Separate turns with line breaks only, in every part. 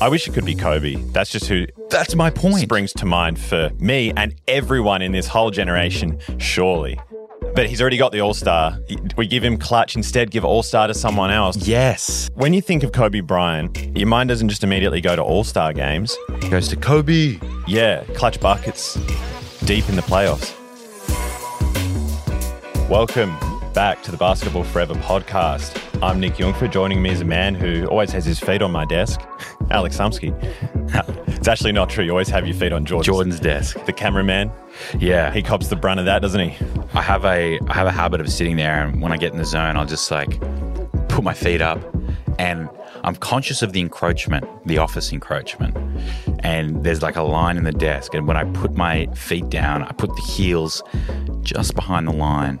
I wish it could be Kobe. That's just who
That's my point.
springs to mind for me and everyone in this whole generation, surely. But he's already got the All Star. We give him clutch instead, give All Star to someone else.
Yes.
When you think of Kobe Bryant, your mind doesn't just immediately go to All Star games.
Goes to Kobe.
Yeah, clutch buckets deep in the playoffs. Welcome back to the Basketball Forever podcast. I'm Nick Jungfer. Joining me is a man who always has his feet on my desk, Alex Sumsky. it's actually not true. You always have your feet on Jordan's.
Jordan's desk.
The cameraman,
Yeah.
he cops the brunt of that, doesn't he?
I have a I have a habit of sitting there and when I get in the zone I'll just like put my feet up and I'm conscious of the encroachment, the office encroachment. And there's like a line in the desk and when I put my feet down, I put the heels just behind the line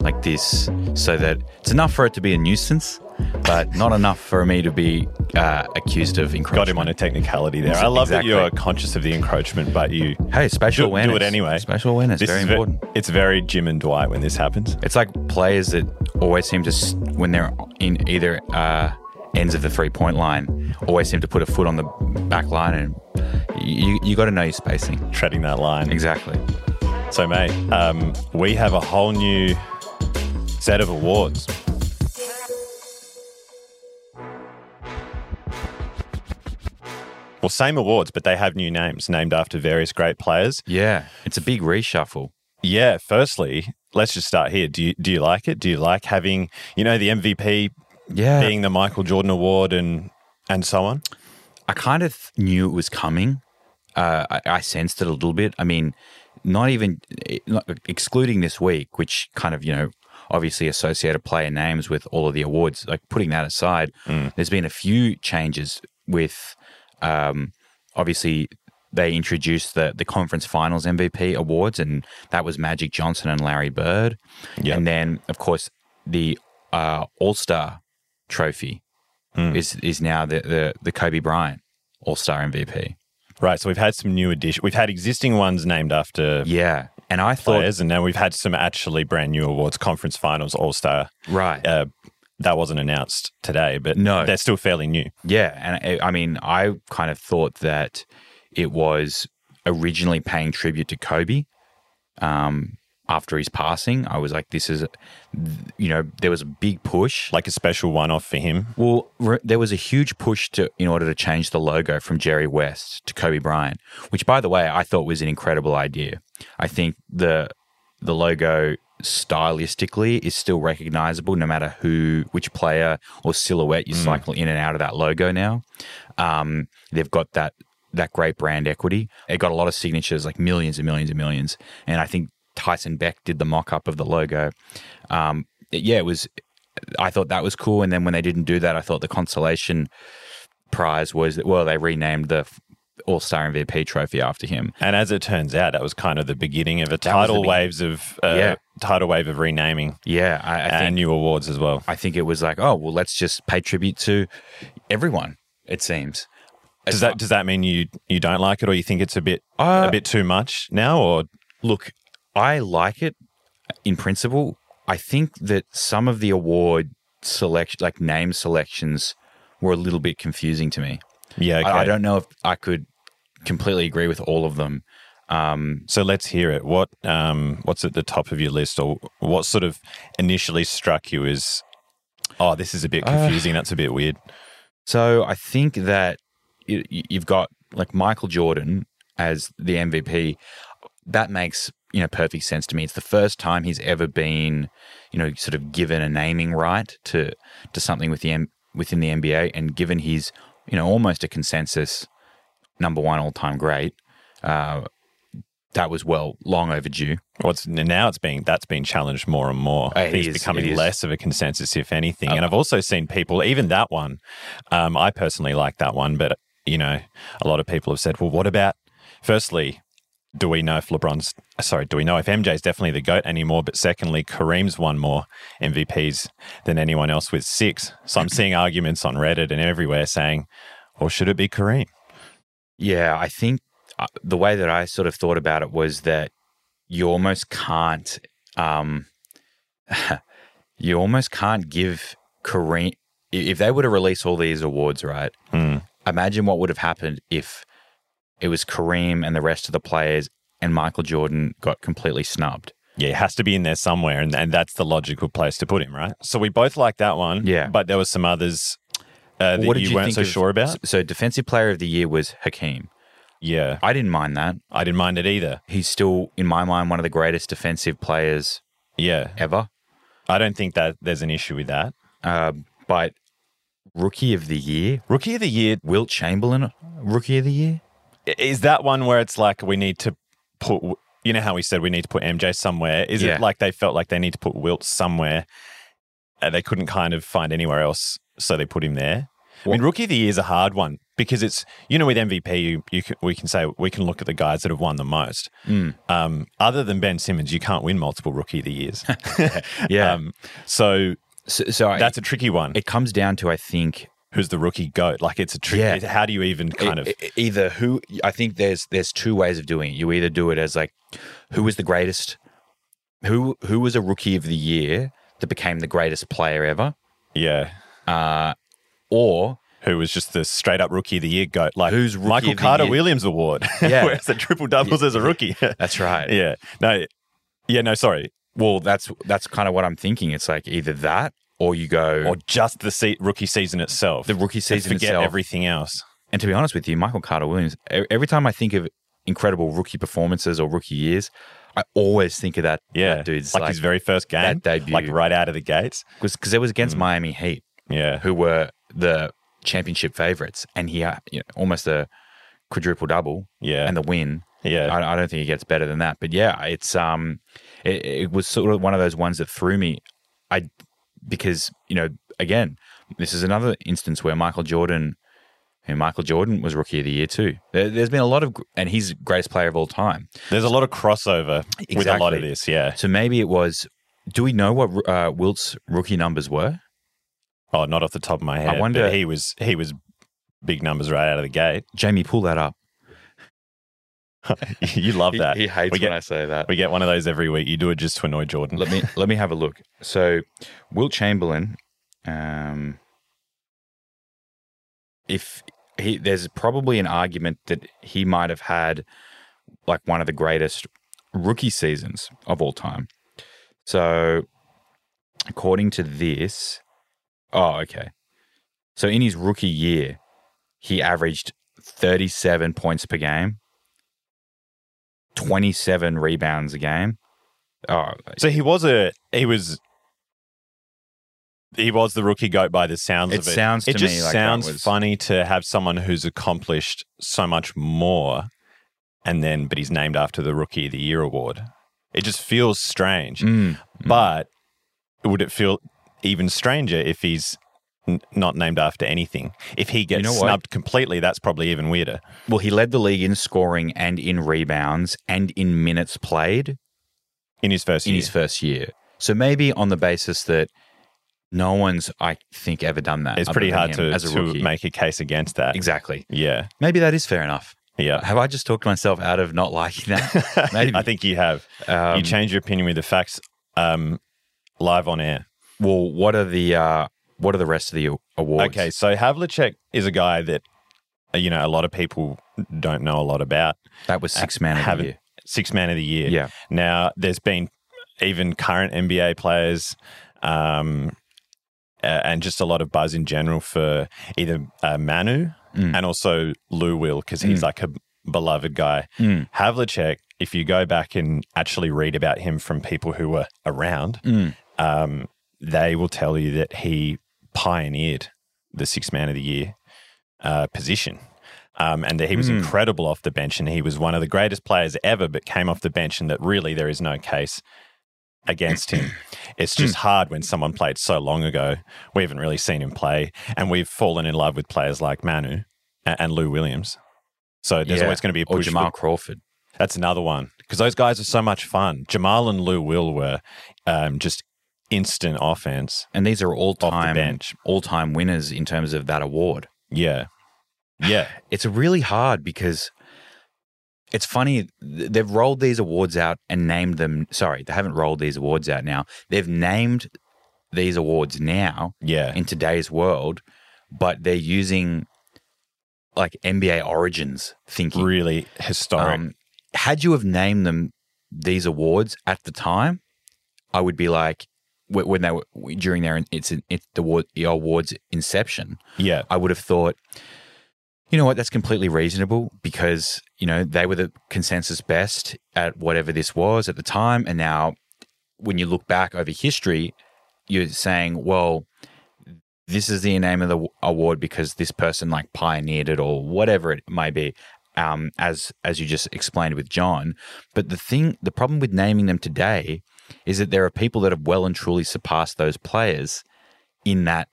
like this so that it's enough for it to be a nuisance. But not enough for me to be uh, accused of encroachment.
Got him on a technicality there. I love that you are
Exactly.
conscious of the encroachment, but you
Hey, spatial
do,
awareness.
do it anyway.
Spatial awareness,
This
very
is ve-
important.
it's very Jim and Dwight when this happens.
It's like players that always seem to, s- when they're in either uh, ends of the three point line, always seem to put a foot on the back line, and you you got to know your spacing.
Treading that line.
Exactly.
So, mate, um, we have a whole new set of awards. Well, same awards, but they have new names named after various great players.
Yeah, it's a big reshuffle.
Yeah, firstly, let's just start here. Do you do you like it? Do you like having, you know, the MVP
Yeah,
being the Michael Jordan award and and so on?
I kind of knew it was coming. Uh, I, I sensed it a little bit. I mean, not even eh, not, excluding this week, which kind of you know obviously associated player names with all of the awards. Like putting that aside, there's been a few changes with um, obviously they introduced the the conference finals MVP awards, and that was Magic Johnson and Larry Bird,
Yep.
and then of course the uh, All Star Trophy is is now the the, the Kobe Bryant All Star MVP.
Right, so we've had some new addition. We've had existing ones named after
Yeah, and I thought
players, and now we've had some actually brand new awards, conference finals, all star.
right.
Uh, that wasn't announced today, but
No.
they're still fairly new.
Yeah, and eh, I, I mean, I kind of thought that it was originally paying tribute to Kobe. Um, after his passing, I was like, "This is," you know, there was a big push.
Like a special one off for him.
Well, re- there was a huge push to in order to change the logo from Jerry West to Kobe Bryant, which, by the way, I thought was an incredible idea. I think the the logo stylistically is still recognizable, no matter who, which player or silhouette you cycle in and out of that logo. Now, um, they've got that that great brand equity. It got a lot of signatures, like millions and millions and millions. And I think Tyson Beck did the mock up of the logo. Um, yeah, it was. I thought that was cool. And then when they didn't do that, I thought the consolation prize was well, they renamed the All Star MVP trophy after him.
And as it turns out, that was kind of the beginning of a
was the
tidal
beginning.
waves of uh,
Yeah.
tidal wave of renaming
Yeah, I, I think
and new awards as well.
I think it was like, oh well, let's just pay tribute to everyone. It seems.
Does that does that mean you you don't like it, or you think it's a bit
Uh,
a bit too much now, or
Look, I like it in principle. I think that some of the award select, like name selections, were a little bit confusing to me.
yeah? Okay.
I, I don't know if I could completely agree with all of them. Um,
So let's hear it. What um what's at the top of your list, or what sort of initially struck you as, oh, this is a
Uh,
bit confusing. That's a bit weird.
so I think that you, you- you've got like Michael Jordan as the MVP. That makes you know perfect sense to me. It's the first time he's ever been you know sort of given a naming right to to something with the M- within the NBA, and given he's you know almost a consensus number one all time great. Uh, that was well long overdue.
What's now it's being that's been challenged more and more.
Uh,
I think
it
it's
is, it
becoming
is. Uh,
less of a consensus, if anything. and I've also seen people, even that one. Um, I personally like that one, but you know, a lot of people have said, well, what about? Firstly, do we know if LeBron's sorry? Do we know if MJ's definitely the goat anymore? But secondly, Kareem's won more MVPs than anyone else with six. So I'm seeing arguments on Reddit and everywhere saying, or should it be Kareem?
Yeah, I think uh, the way that I sort of thought about it was that you almost can't, um,
Mm.
you almost can't give Kareem. i- If they were to release all these awards, right, imagine what would have happened if it was Kareem and the rest of the players and Michael Jordan got completely snubbed.
Yeah, it has to be in there somewhere, and, and that's the logical place to put him, right? So we both like that one.
Yeah.
But there were some others uh, that
What did
you, weren't
think
so
of-
sure about.
s- So, defensive player of the year was Hakeem.
Yeah.
I didn't mind that.
I didn't mind it either.
He's still, in my mind, one of the greatest defensive players
Yeah.
ever.
I don't think that there's an issue with that.
Uh, but rookie of the year,
Rookie of the year
Wilt Chamberlain, rookie of the year.
is that one where it's like we need to put you know how we said we need to put MJ somewhere is
Yeah.
it like they felt like they need to put Wilt somewhere and they couldn't kind of find anywhere else so they put him there I mean rookie of the year is a hard one because it's you know with MVP you, you can, we can say we can look at the guys that have won the most
Mm.
um, other than Ben Simmons you can't win multiple rookie of the years
Yeah.
um, so
so so I,
that's a tricky one
it comes down to, I think,
who's the rookie goat like it's a tricky
Yeah.
how do you even kind
e-
of
e- either who I think there's there's two ways of doing it. You either do it as like who was the greatest, who who was a rookie of the year that became the greatest player ever,
yeah
or
who was just the straight up rookie of the year goat, like
Who's Rookie
Michael
of the
Carter
Year?
Williams Award.
Yeah.
whereas the triple doubles as a rookie.
that's right.
yeah, no, yeah, no, sorry,
Well, that's that's kind of what I'm thinking. It's like either that or you go
or just the se- rookie season itself.
the rookie
And
season
forget
itself.
everything else.
and to be honest with you, Michael Carter Williams. e- Every time I think of incredible rookie performances or rookie years, I always think of that.
Yeah,
that dude's
like,
like,
his very first game,
that debut.
like right out of the gates.
because it was
Mm.
against Miami Heat.
Yeah,
who were the championship favorites, and he had you know, almost a quadruple double
yeah,
and the win.
yeah,
I, I don't think it gets better than that. But yeah, it's um, it, it was sort of one of those ones that threw me. I because you know again, this is another instance where Michael Jordan. And Michael Jordan was Rookie of the Year too. There, there's been a lot of, gr- and he's greatest player of all time.
There's a lot of crossover with a lot
Exactly.
of this. Yeah,
So maybe it was. Do we know what uh, Wilt's rookie numbers were?
oh, not off the top of my head. but
wonder-
he was he was big numbers right out of the gate.
Jamie, pull that up.
you love that.
hates
We get-
I say that.
we get one of those every week. You do it just to annoy Jordan.
let me let me have a look. So, Wilt Chamberlain, um, if he, there's probably an argument that he might have had like one of the greatest rookie seasons of all time. So, according to this, oh okay, so in his rookie year, he averaged 37 points per game, 27 rebounds a game. Oh,
So he was a he was he was the rookie goat by the sounds
It
of it.
sounds
it
to
just
me like that
sounds
was-
funny to have someone who's accomplished so much more, and then but he's named after the rookie of the year award. It just feels strange.
Mm.
But would it feel even stranger if he's n- not named after anything? If he gets
know what?
snubbed completely, that's probably even weirder.
Well, he led the league in scoring and in rebounds and in minutes played
In his first
in
year,
his first year. So maybe on the basis that no one's, I think, ever done that.
it's
other
pretty
than
hard
him
to,
as a
to
rookie.
make a case against that.
Exactly.
Yeah,
Maybe that is fair enough. Uh,
yeah.
Have I just talked myself out of not liking that? Maybe.
I think you have.
Um,
you change your opinion with the facts um, live on air.
Well, what are the uh, what are the rest of the awards?
Okay, so Havlicek is a guy that uh, you know a lot of people don't know a lot about.
that was six man of the
Haven't-
year.
Six man of the year.
Yeah.
Now there's been even current NBA players. Um, a- and just a lot of buzz in general for either uh, Manu
Mm.
and also Lou Will because he's like a beloved guy.
Mm.
Havlicek, if you go back and actually read about him from people who were around,
Mm.
um, they will tell you that he pioneered the six man of the year uh, position. Um, and that he was
Hmm.
incredible off the bench, and he was one of the greatest players ever, but came off the bench, and that really there is no case against him. It's just hard when someone played so long ago. We haven't really seen him play, and we've fallen in love with players like Manu and, and Lou Williams. So there's
Yeah.
always going to be a
Or
push.
Jamal
for-
Crawford.
that's another one because those guys are so much fun. Jamal and Lou Will were um, just instant offense.
And these are all time
bench.
all time winners in terms of that award.
Yeah, yeah,
it's really hard because it's funny th- they've rolled these awards out and named them sorry they haven't rolled these awards out now they've named these awards now
yeah,
in today's world but they're using like NBA origins thinking.
Really historic.
Um, had you have named them these awards at the time, I would be like, wh- when they were during their it's it's the award, the awards inception,
yeah.
I would have thought, you know what, that's completely reasonable because you know they were the consensus best at whatever this was at the time, and now when you look back over history, you're saying, well. This is the name of the award because this person like pioneered it or whatever it may be um, as as you just explained with John. But the thing, the problem with naming them today is that there are people that have well and truly surpassed those players in that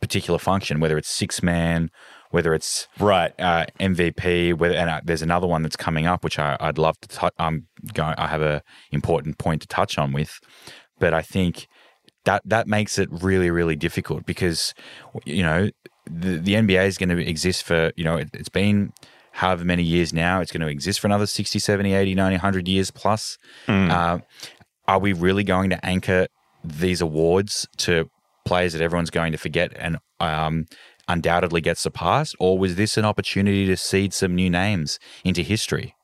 particular function, whether it's six man, whether it's
Right.
uh, MVP. Whether and uh, there's another one that's coming up, which I, I'd love to. T- I'm going. I have a important point to touch on with, but I think that that makes it really really difficult because you know the the NBA is going to exist for you know it, it's been however many years now it's going to exist for another 60 70 80 90 100 years plus uh, are we really going to anchor these awards to players that everyone's going to forget and um, undoubtedly get surpassed? Or was this an opportunity to seed some new names into history?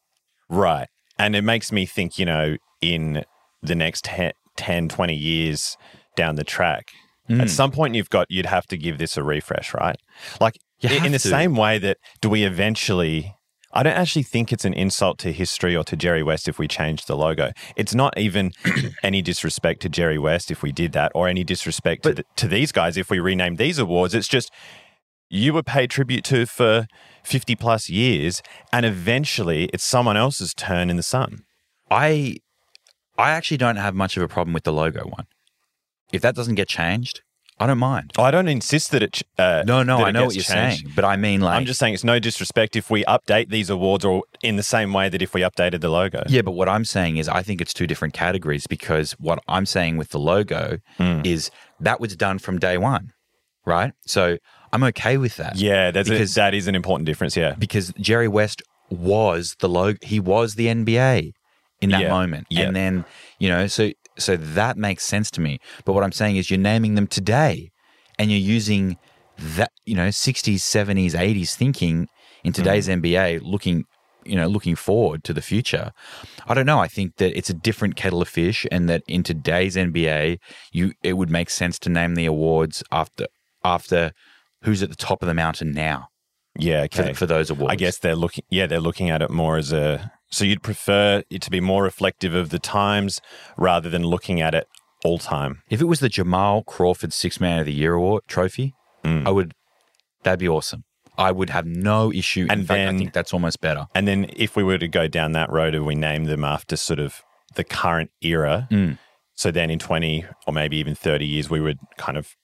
Right. And it makes me think, you know, in the next he- 10, 20 years down the track,
Mm.
at some point you've got, you'd have to give this a refresh, right? Like
You
i- in
have
the
to.
same way that do we eventually, I don't actually think it's an insult to history or to Jerry West if we change the logo. It's not even any disrespect to Jerry West if we did that or any disrespect to,
But-
th- to these guys if we rename these awards. It's just, you were paid tribute to for 50 plus years and eventually it's someone else's turn in the sun
I I actually don't have much of a problem with the logo one. If that doesn't get changed, I don't mind.
i don't insist that it ch- uh,
No, no,
that
I
it
know what
gets
you're
changed.
saying, but I mean like
i'm just saying it's no disrespect if we update these awards or in the same way that if we updated the logo
Yeah, but what I'm saying is I think it's two different categories because what I'm saying with the logo
Hmm.
is that was done from day one, right? So I'm okay with that.
yeah that's
Because-
a, that is an important difference yeah
because Jerry West was the logo. He was the NBA in that
Yeah.
moment,
Yeah.
and then you know, so so that makes sense to me. But what I'm saying is, you're naming them today, and you're using that you know 60s, 70s, 80s thinking in today's
Mm-hmm.
NBA, looking you know looking forward to the future. I don't know. I think that it's a different kettle of fish, and that in today's NBA, you it would make sense to name the awards after after who's at the top of the mountain now
yeah
for,
okay
for those awards.
i guess they're looking yeah they're looking at it more as a so you'd prefer it to be more reflective of the times rather than looking at it all time
If it was the Jamal Crawford Six Man of the Year award trophy, I would. That'd be awesome. I would have no issue. In
And
fact, I
then-
think that's almost better.
And then if we were to go down that road and we name them after sort of the current era,
Mm.
so then in 20 or maybe even 30 years, we would kind of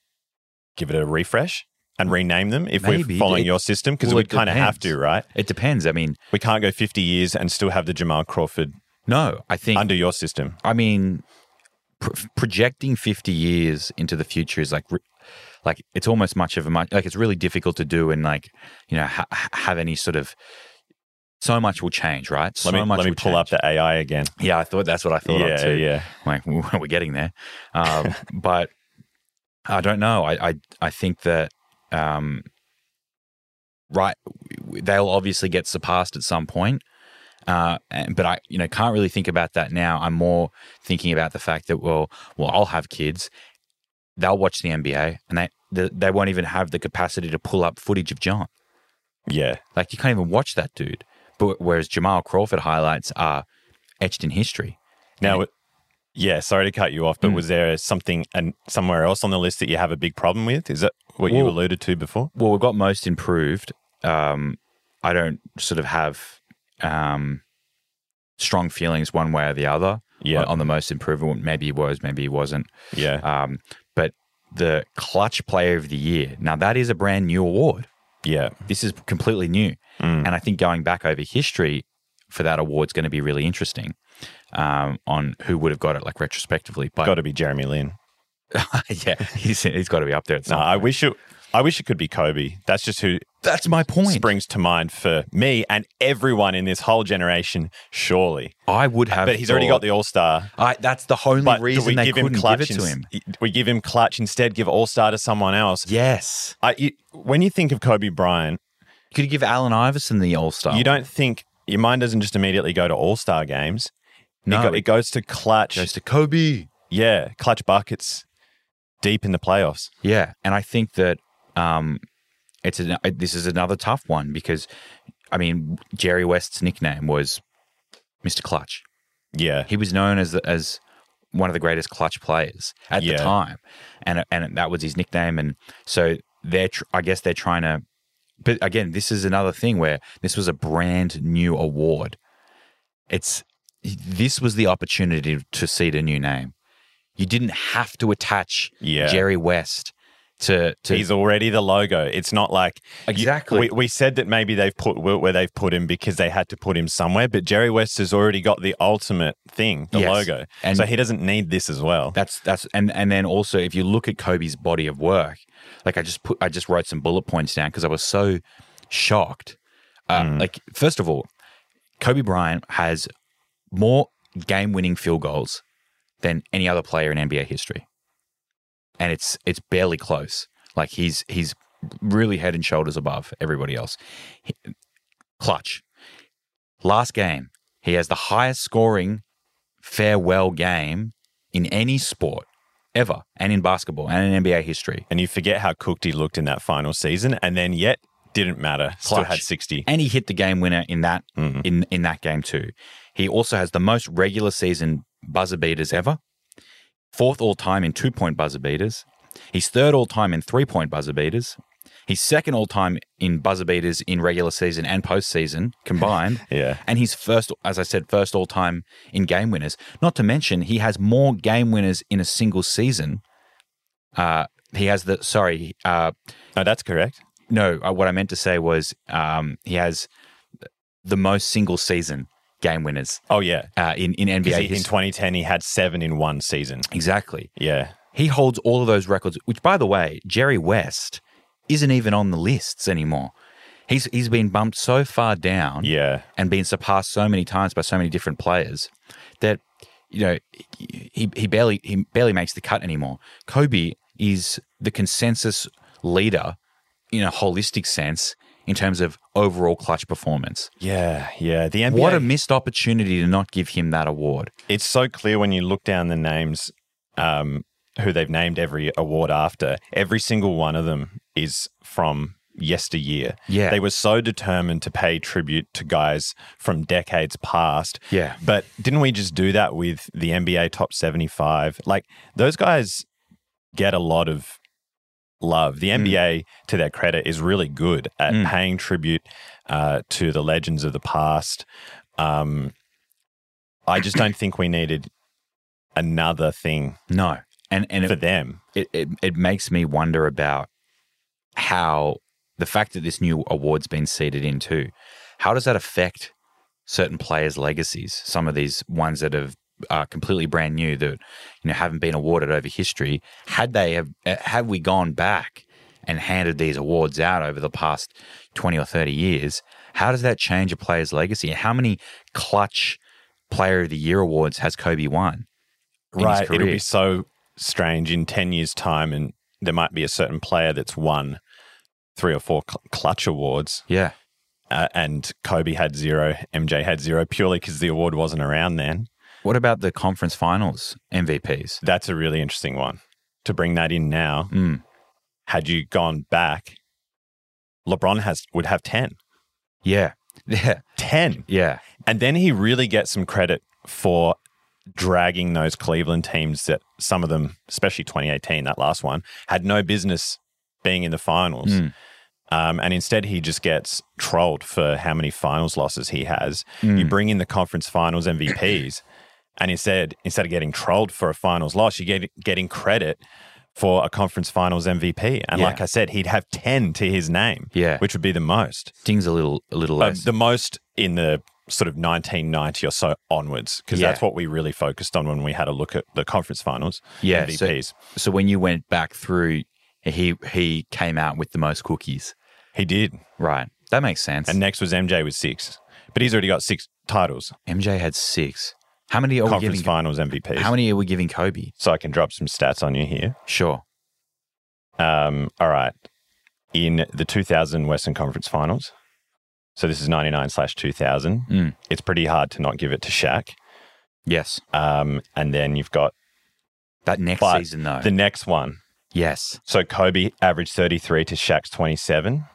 give it a refresh and rename them if
Maybe.
we're following
It-
your system because
well,
we
it
kind of have
depends.
to, right?
It depends. I mean,
We can't go 50 years and still have the Jamal Crawford
no, I think.
under your system.
I mean, pr- projecting fifty years into the future is like, re- like it's almost much of a much. Like it's really difficult to do, and like you know, ha- ha- have any sort of. So much will change, right? So
Let me,
much
let me
will
pull
change.
up the AI again.
Yeah, I thought that's what I thought of
Yeah,
too.
yeah.
like we're getting there. Um, but I don't know. I I, I think that um, right they'll obviously get surpassed at some point. Uh, and, but I, you know, can't really think about that now. I'm more thinking about the fact that well, well, I'll have kids. They'll watch the NBA, and they the, they won't even have the capacity to pull up footage of John.
Yeah.
Like you can't even watch that dude. But whereas Jamal Crawford highlights are etched in history.
Now, yeah, sorry to cut you off, but
Hmm.
was there something and somewhere else on the list that you have a big problem with? Is that what you
Well-
alluded to before?
Well, we've got most improved. Um, I don't sort of have um, strong feelings one way or the other
Yeah.
on, on the most improved. Maybe he was, maybe he wasn't.
Yeah.
Um, but the clutch player of the year. Now, that is a brand new award.
yeah.
This is completely new.
Mm.
And I think going back over history for that award's going to be really interesting um, on who would have got it, like retrospectively. But
Got to be Jeremy Lin.
yeah, he's, he's got to be up there. At
No,
some
I wish it. I wish it could be Kobe. That's just who
That's my point.
springs to mind for me and everyone in this whole generation. Surely,
I would have.
but he's already got
thought-
the All Star.
I, that's the only
But do
reason
we
they
give him
couldn't
clutch?
give it to
ins-
him.
We give him clutch instead. Give All Star to someone else.
Yes.
I, you- when you think of Kobe Bryant,
Could you give Allen Iverson the All Star?
You don't think your mind doesn't just immediately go to all star games.
No,
it, go- it goes to clutch.
goes to Kobe.
yeah, clutch buckets deep in the playoffs.
Yeah, and I think that um, it's an, this is another tough one because, I mean, Jerry West's nickname was Mister Clutch.
Yeah,
He was known as the, as one of the greatest clutch players at
Yeah.
the time, and and that was his nickname. And so they're, tr- I guess, they're trying to. But again, this is another thing where this was a brand new award. It's this was the opportunity to seed a new name. You didn't have to attach
Yeah.
Jerry West to to
he's already the logo. It's not like you-
Exactly.
we, we said that maybe they've put Wilt where they've put him because they had to put him somewhere. But Jerry West has already got the ultimate thing, the
Yes.
logo,
And-
so he doesn't need this as well.
That's that's and and then also if you look at Kobe's body of work, like I just put I just wrote some bullet points down because I was so shocked. Uh, Like first of all, Kobe Bryant has more game-winning field goals than any other player in NBA history, and it's it's barely close. Like he's he's really head and shoulders above everybody else. He- clutch. Last game, he has the highest scoring farewell game in any sport ever, and in basketball and in NBA history.
and you forget how cooked he looked in that final season, and then yet didn't matter. Still
Clutch.
had sixty.
And he hit the game winner in that in in that game too. He also has the most regular season buzzer beaters ever, fourth all time in two point buzzer beaters. He's third all time in three point buzzer beaters. He's second all time in buzzer beaters in regular season and postseason combined.
Yeah.
And he's first, as I said, first all time in game winners. Not to mention, he has more game winners in a single season. Uh, he has the, sorry, uh,
No, that's correct.
no, uh, what I meant to say was um, he has the most single season game winners
Oh yeah,
uh, in, in
because
NBA
in
history.
2010 he had seven in one season.
Exactly.
Yeah,
He holds all of those records, which, by the way, Jerry West isn't even on the lists anymore. He's, he's been bumped so far down
yeah.
and been surpassed so many times by so many different players that you know he he barely he barely makes the cut anymore. Kobe is the consensus leader in a holistic sense in terms of overall clutch performance.
Yeah, yeah. The NBA.
What a missed opportunity to not give him that award.
it's so clear when you look down the names, um, who they've named every award after. Every single one of them is from yesteryear.
Yeah.
they were so determined to pay tribute to guys from decades past.
Yeah.
but didn't we just do that with the NBA top seventy-five? Like those guys get a lot of love. The NBA, to their credit, is really good at paying tribute uh, to the legends of the past. Um, I just don't think we needed another thing
No. And and it,
for them.
it, it, it makes me wonder about how the fact that this new award's been seeded into, how does that affect certain players' legacies? Some of these ones that have are completely brand new that you know haven't been awarded over history. Had they have uh, have we gone back and handed these awards out over the past twenty or thirty years? How does that change a player's legacy? How many clutch player of the year awards has Kobe won? in his
Right. It'll
career?
be so strange in 10 years' time, and there might be a certain player that's won three or four cl- clutch awards,
Yeah.
uh, and Kobe had zero, MJ had zero, purely because the award wasn't around then.
What about the conference finals MVPs?
That's a really interesting one to bring that in now.
Mm.
Had you gone back, LeBron has would have 10.
Yeah. Yeah.
10.
Yeah.
And then he really gets some credit for dragging those Cleveland teams that some of them, especially 2018, that last one, had no business being in the finals.
Mm.
Um, and instead, he just gets trolled for how many finals losses he has.
Mm.
You bring in the conference finals MVPs, and instead, instead of getting trolled for a finals loss, you get getting credit for a conference finals MVP. And
Yeah.
like I said, he'd have ten to his name,
Yeah.
which would be the most.
Stings a little a little
Uh,
less.
the most in the sort of 1990 or so onwards, because
Yeah.
that's what we really focused on when we had a look at the conference finals.
yeah. So,
MVPs.
so when you went back through he he came out with the most cookies.
he did.
Right. That makes sense.
And next was MJ with six, but he's already got six titles,
MJ had 6. How many are we
conference
giving
finals MVPs.
How many are we giving Kobe?
so I can drop some stats on you here.
Sure.
Um, all right. In the 2000 Western Conference finals, So this is 99 slash 2000.
Mm.
It's pretty hard to not give it to Shaq.
Yes.
Um, and then you've got
That next
But
season, though.
the next one.
yes.
So Kobe averaged 33 to Shaq's 27.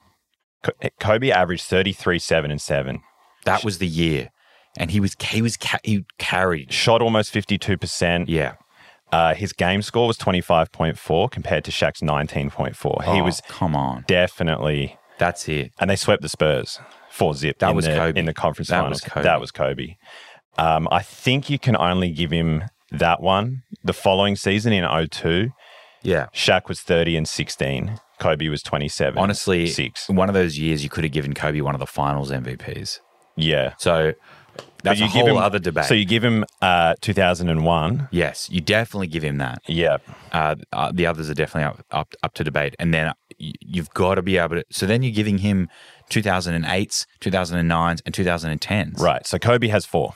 Ko- eh, Kobe averaged 33, 7, and 7.
That was the year. And he was, he was, ca- he carried.
Shot almost 52%.
Yeah.
Uh, his game score was 25.4 compared to Shaq's 19.4. He
Oh,
was
come on.
definitely,
That's it.
and they swept the Spurs four zip.
That
in
was
the,
Kobe.
in the conference
That
finals.
was Kobe.
That was Kobe. Um, I think you can only give him that one. The following season in 02,
Yeah.
Shaq was 30 and 16. Kobe was 27.
Honestly,
six.
one of those years you could have given Kobe one of the finals MVPs.
Yeah.
So
But
that's a whole
give him,
other debate.
So you give him uh, 2001.
yes, you definitely give him that.
Yeah.
Uh, uh, the others are definitely up, up up to debate. And then uh, y- you've got to be able to. So then you're giving him 2008s, 2009s, and 2010s.
Right. So Kobe has four.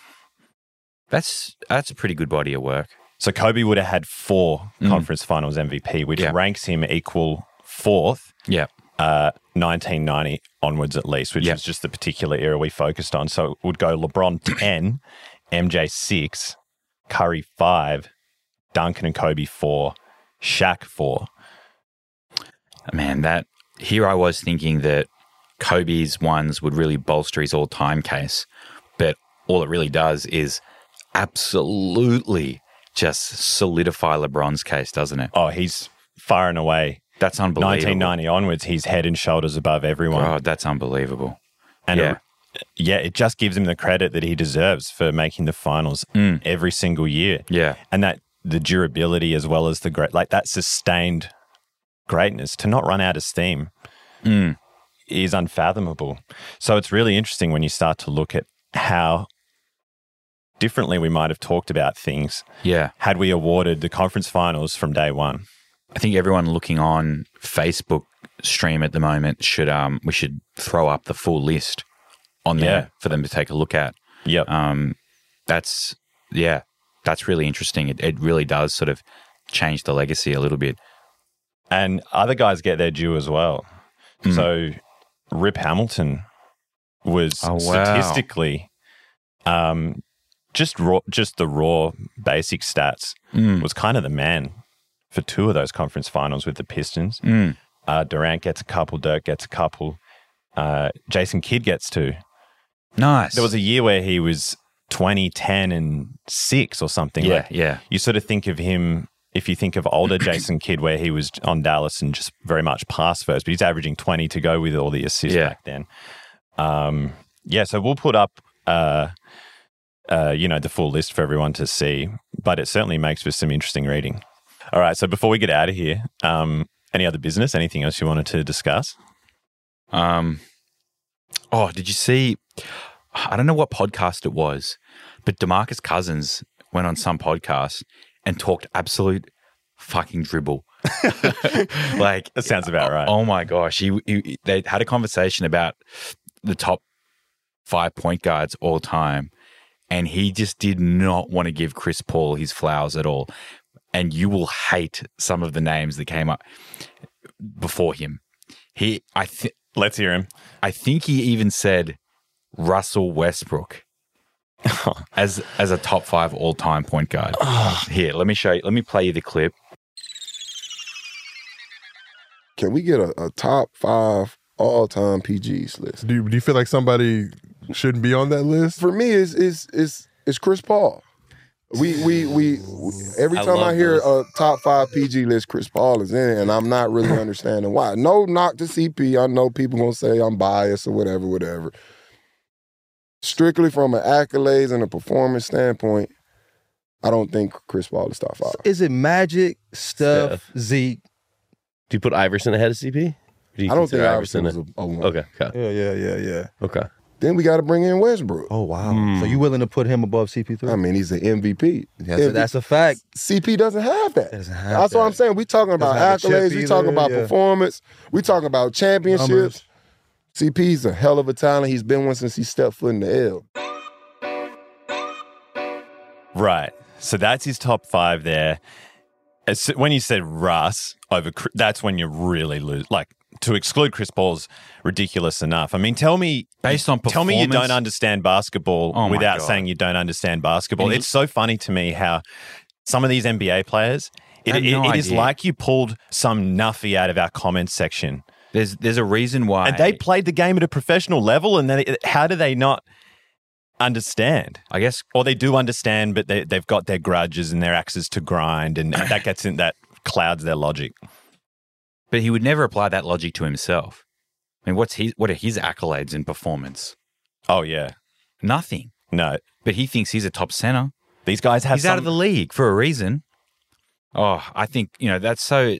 That's that's a pretty good body of work.
So Kobe would have had four conference finals MVP, which
Mm. Yeah.
ranks him equal fourth,
Yeah.
uh, 1990 onwards at least, which
Yeah.
is just the particular era we focused on. So it would go LeBron 10, MJ 6, Curry 5, Duncan and Kobe 4, Shaq 4.
Man, that here I was thinking that Kobe's ones would really bolster his all time case, but all it really does is absolutely just solidify LeBron's case, doesn't it?
Oh, he's far and away.
That's unbelievable.
1990 onwards, he's head and shoulders above everyone.
Oh, that's unbelievable.
And
Yeah.
yeah. yeah, it just gives him the credit that he deserves for making the finals every single year.
Yeah.
And that the durability as well as the great, like that sustained greatness to not run out of steam is unfathomable. So it's really interesting when you start to look at how differently we might have talked about things
Yeah.
had we awarded the conference finals from day one.
I think everyone looking on Facebook stream at the moment should um we should throw up the full list on there
Yeah.
for them to take a look at.
Yep.
um, that's yeah, that's really interesting. It, it really does sort of change the legacy a little bit.
and other guys get their due as well.
Hmm.
So Rip Hamilton was
Oh, wow.
statistically um, just raw, just the raw basic stats
Hmm.
was kind of the man for two of those conference finals with the Pistons.
Mm.
Uh, Durant gets a couple, Dirk gets a couple, uh, Jason Kidd gets two.
Nice.
There was a year where he was 20, 10, and six or something.
yeah,
Like,
yeah,
you sort of think of him if you think of older Jason Kidd, where he was on Dallas and just very much pass first, but he's averaging 20 to go with all the assists
Yeah.
back then. Um, yeah, so we'll put up, uh, uh, you know, the full list for everyone to see, but it certainly makes for some interesting reading. All right, so before we get out of here, um, any other business, anything else you wanted to discuss?
Um, oh, did you see? I don't know what podcast it was, but Demarcus Cousins went on some podcast and talked absolute fucking dribble. like
That sounds about right.
Oh my gosh, he, he- they had a conversation about the top five point guards all time, and he just did not want to give Chris Paul his flowers at all. And you will hate some of the names that came up before him. He, I think,
Let's hear him.
I think he even said Russell Westbrook as as a top five all time point guard. Here, let me show you. Let me play you the clip.
Can we get a, a top five all time PGs list?
Do you, do you feel like somebody shouldn't be on that list?
For me, it's is is is Chris Paul. We we we every
I
time I,
love
hear
those.
a top five PG list, Chris Paul is in it, and I'm not really understanding why. No knock to CP. I know people gonna say I'm biased or whatever, whatever. Strictly from an accolades and a performance standpoint, I don't think Chris Paul is top five.
Is it Magic, Steph,
Steph.
Zeke?
Do you put Iverson ahead of CP? Or do you
I don't think
consider
Iverson is
ahead?
a, a one.
Okay, okay,
Yeah, yeah, yeah, yeah.
okay.
Then we got to bring in Westbrook.
Oh wow.
Hmm.
So you willing to put him above CP3?
I mean, he's an MVP.
that's,
MVP.
a, that's a fact.
CP doesn't have that.
Doesn't have
That's what
that.
I'm saying. We talking about
have the chip
accolades. We talking
either,
about
yeah.
performance. We talking about championships.
Numbers.
CP's a hell of a talent. He's been one since he stepped foot in the L.
Right. So that's his top five there. As, when you said Russ over, Cr- that's when you really lose. Like to exclude Chris Paul's ridiculous enough. I mean, tell me
Based on
Tell me you don't
performance-
understand basketball
Oh my
without
God.
saying you don't understand basketball.
And he-
it's so funny to me how some of these NBA players, it,
I had
it-
no
it is
idea.
like you pulled some nuffy out of our comments section.
There's there's a reason why
And they played the game at a professional level, and then how do they not understand?
I guess
Or they do understand, but they, they've got their grudges and their axes to grind, and that gets in that clouds their logic.
but he would never apply that logic to himself. I mean, what's his what are his accolades in performance?
Oh yeah,
Nothing.
no,
But he thinks he's a top center.
these guys have
he's out of
some-
the league for a reason. Oh, I think you know that's so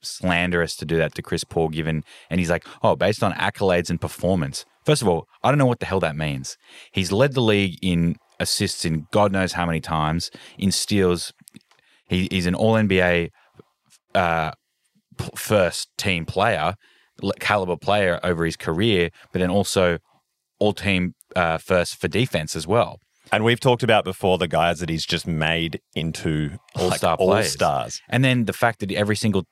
slanderous to do that to Chris Paul. Given and he's like, oh, based on accolades and performance. First of all, I don't know what the hell that means. He's led the league in assists in God knows how many times in steals. He, he's an All NBA uh, p- first team player, l- caliber player over his career, but then also all team uh, first for defense as well.
And we've talked about before the guys that he's just made into
all star
all
players.
stars.
And then the fact that every single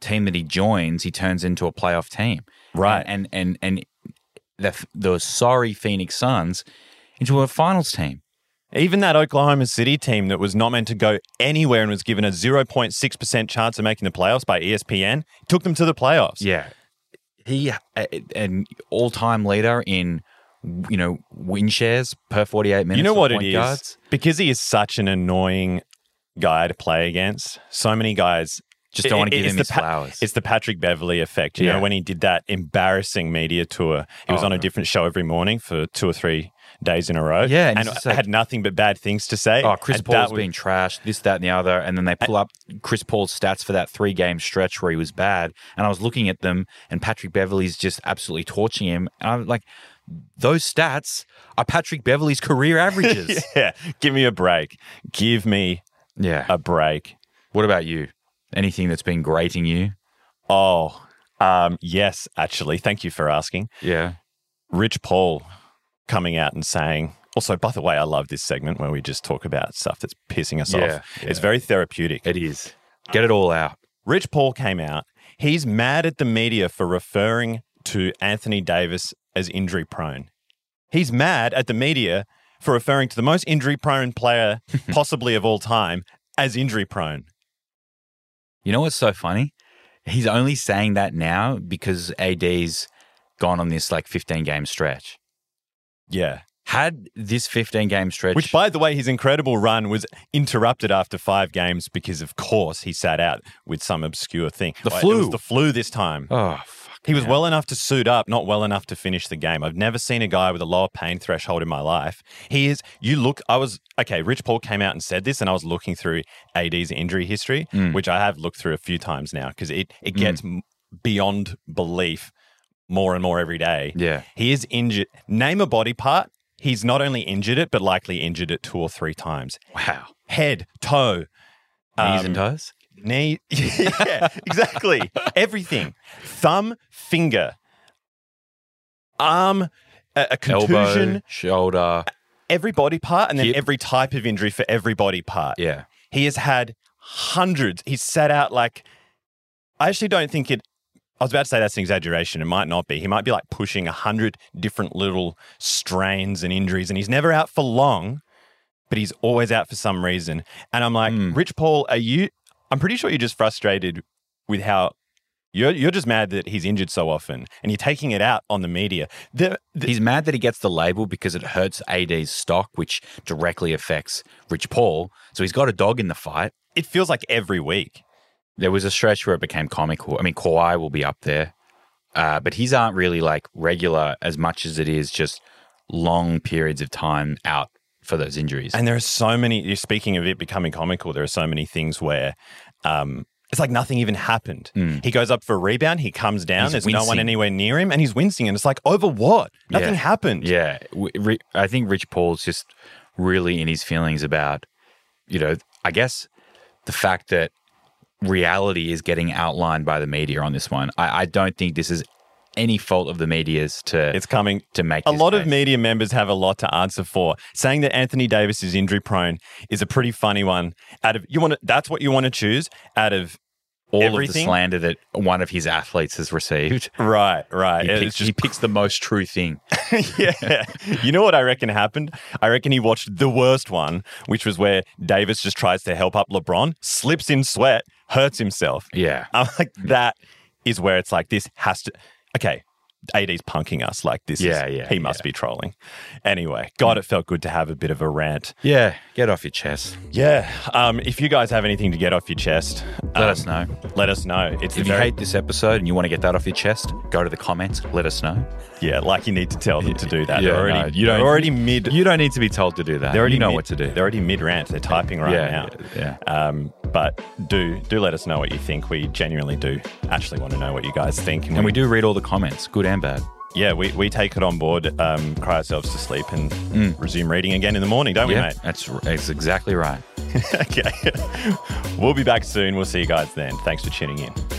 team that he joins, he turns into a playoff team.
Right.
And and and, and the the sorry Phoenix Suns into a finals team.
Even that Oklahoma City team that was not meant to go anywhere and was given a 0.6% chance of making the playoffs by E ESPN took them to the playoffs.
Yeah. He a- an all-time leader in you know win shares per 48 minutes.
you know
for
what it
point
is?
guards.
Because he is such an annoying guy to play against, so many guys
Just don't
it-
want to
it-
give
it's
him
the
his
pa-
flowers.
It's the Patrick Beverly effect. You
Yeah.
know, when he did that embarrassing media tour, he was
Oh,
on a
no.
different show every morning for two or three days in a row.
Yeah, and
and,
it's just like-
had nothing but bad things to say.
Oh, Chris
And
Paul's
that was-
being trashed, this, that, and the other. And then they pull up Chris Paul's stats for that three game stretch where he was bad. And I was looking at them, and Patrick Beverly's just absolutely torching him. And I'm like, those stats are Patrick Beverly's career averages.
Yeah, give me a break. Give me
yeah.
a break.
what about you? Anything that's been grating you?
Oh, um, yes, actually. Thank you for asking.
Yeah.
Rich Paul coming out and saying, also, by the way, I love this segment where we just talk about stuff that's pissing us
Yeah,
off. It's very therapeutic.
It is. Get it all out.
Rich Paul came out. He's mad at the media for referring to Anthony Davis as injury prone. He's mad at the media for referring to the most injury prone player possibly of all time as injury prone.
You know what's so funny? He's only saying that now because AD's gone on this like 15 game stretch.
Yeah.
Had this 15 game stretch.
Which, by the way, his incredible run was interrupted after five games because, of course, he sat out with some obscure thing.
The
Well, It
flu.
was the flu this time.
Oh, fuck.
He was
man.
well enough to suit up, not well enough to finish the game. I've never seen a guy with a lower pain threshold in my life. He is, you look, I was, okay, Rich Paul came out and said this, and I was looking through AD's injury history, which I have looked through a few times now because it, it gets m beyond belief more and more every day.
Yeah.
He is injured. Name a body part. He's not only injured it, but likely injured it two or three times.
Wow.
Head, toe,
Knees
um,
and toes?
knee. yeah, exactly. Everything. Thumb, finger, arm, a, a contusion, Uh,
Elbow, shoulder.
every body part, and then
Hip.
every type of injury for every body part.
Yeah.
He has had hundreds. He's sat out like, I actually don't think it. I was about to say that's an exaggeration. It might not be. He might be like pushing a hundred different little strains and injuries, and he's never out for long, but he's always out for some reason. And I'm like,
Mm.
Rich Paul, are you? I'm pretty sure you're just frustrated with how you're. You're just mad that he's injured so often, and you're taking it out on the media. The, the,
He's mad that he gets the label because it hurts AD's stock, which directly affects Rich Paul. So he's got a dog in the fight.
it feels like every week.
There was a stretch where it became comical. I mean, Kawhi will be up there, uh, but his aren't really like regular as much as it is just long periods of time out for those injuries.
And there are so many. You're speaking of it becoming comical. There are so many things where um, it's like nothing even happened. He goes up for a rebound. He comes down.
Hmm. He's
there's no one
wincing.
anywhere near him, and he's wincing. And it's like over what? Nothing
Yeah.
happened.
Yeah, w- Ri- I think Rich Paul's just really in his feelings about, you know, I guess the fact that reality is getting outlined by the media on this one. I, I don't think this is any fault of the media's to
It's coming.
to make
A
this
lot of
case.
media members have a lot to answer for. Saying that Anthony Davis is injury prone is a pretty funny one. Out of you want to, that's what you want to choose out of
all of the
Everything?
slander that one of his athletes has received.
Right, right.
He,
It's
picks, he picks the most true thing.
yeah. You know what I reckon happened? I reckon he watched the worst one, which was where Davis just tries to help up LeBron, slips in sweat, hurts himself.
Yeah.
I'm like,
Mm.
that is where it's like, this has to. Okay. AD's punking us like this. is-
Yeah, yeah, Mm.
He must be trolling. Anyway, God, it felt good to have a bit of a rant.
Yeah. Get off your chest.
Yeah. Um, if you guys have anything to get off your chest,
Let
um,
us know.
Let us know. It's
If
the
you
very,
hate this episode and you want to get that off your chest, go to the comments. Let us know.
yeah, like you need to tell them to do that. they're already,
no, you don't,
they're already mid.
You don't need to be told to do that.
They already
you know
mid-
what to do.
They're already mid rant. They're typing right
Yeah,
now.
yeah,
Um, but do do let us know what you think. We genuinely do actually want to know what you guys think,
And we do read all the comments, good and bad.
Yeah, we, we take it on board, um, cry ourselves to sleep, and resume reading again in the morning, don't
Mm. Yeah, that's that's exactly right.
we, mate? okay. we'll be back soon. We'll see you guys then. Thanks for tuning in.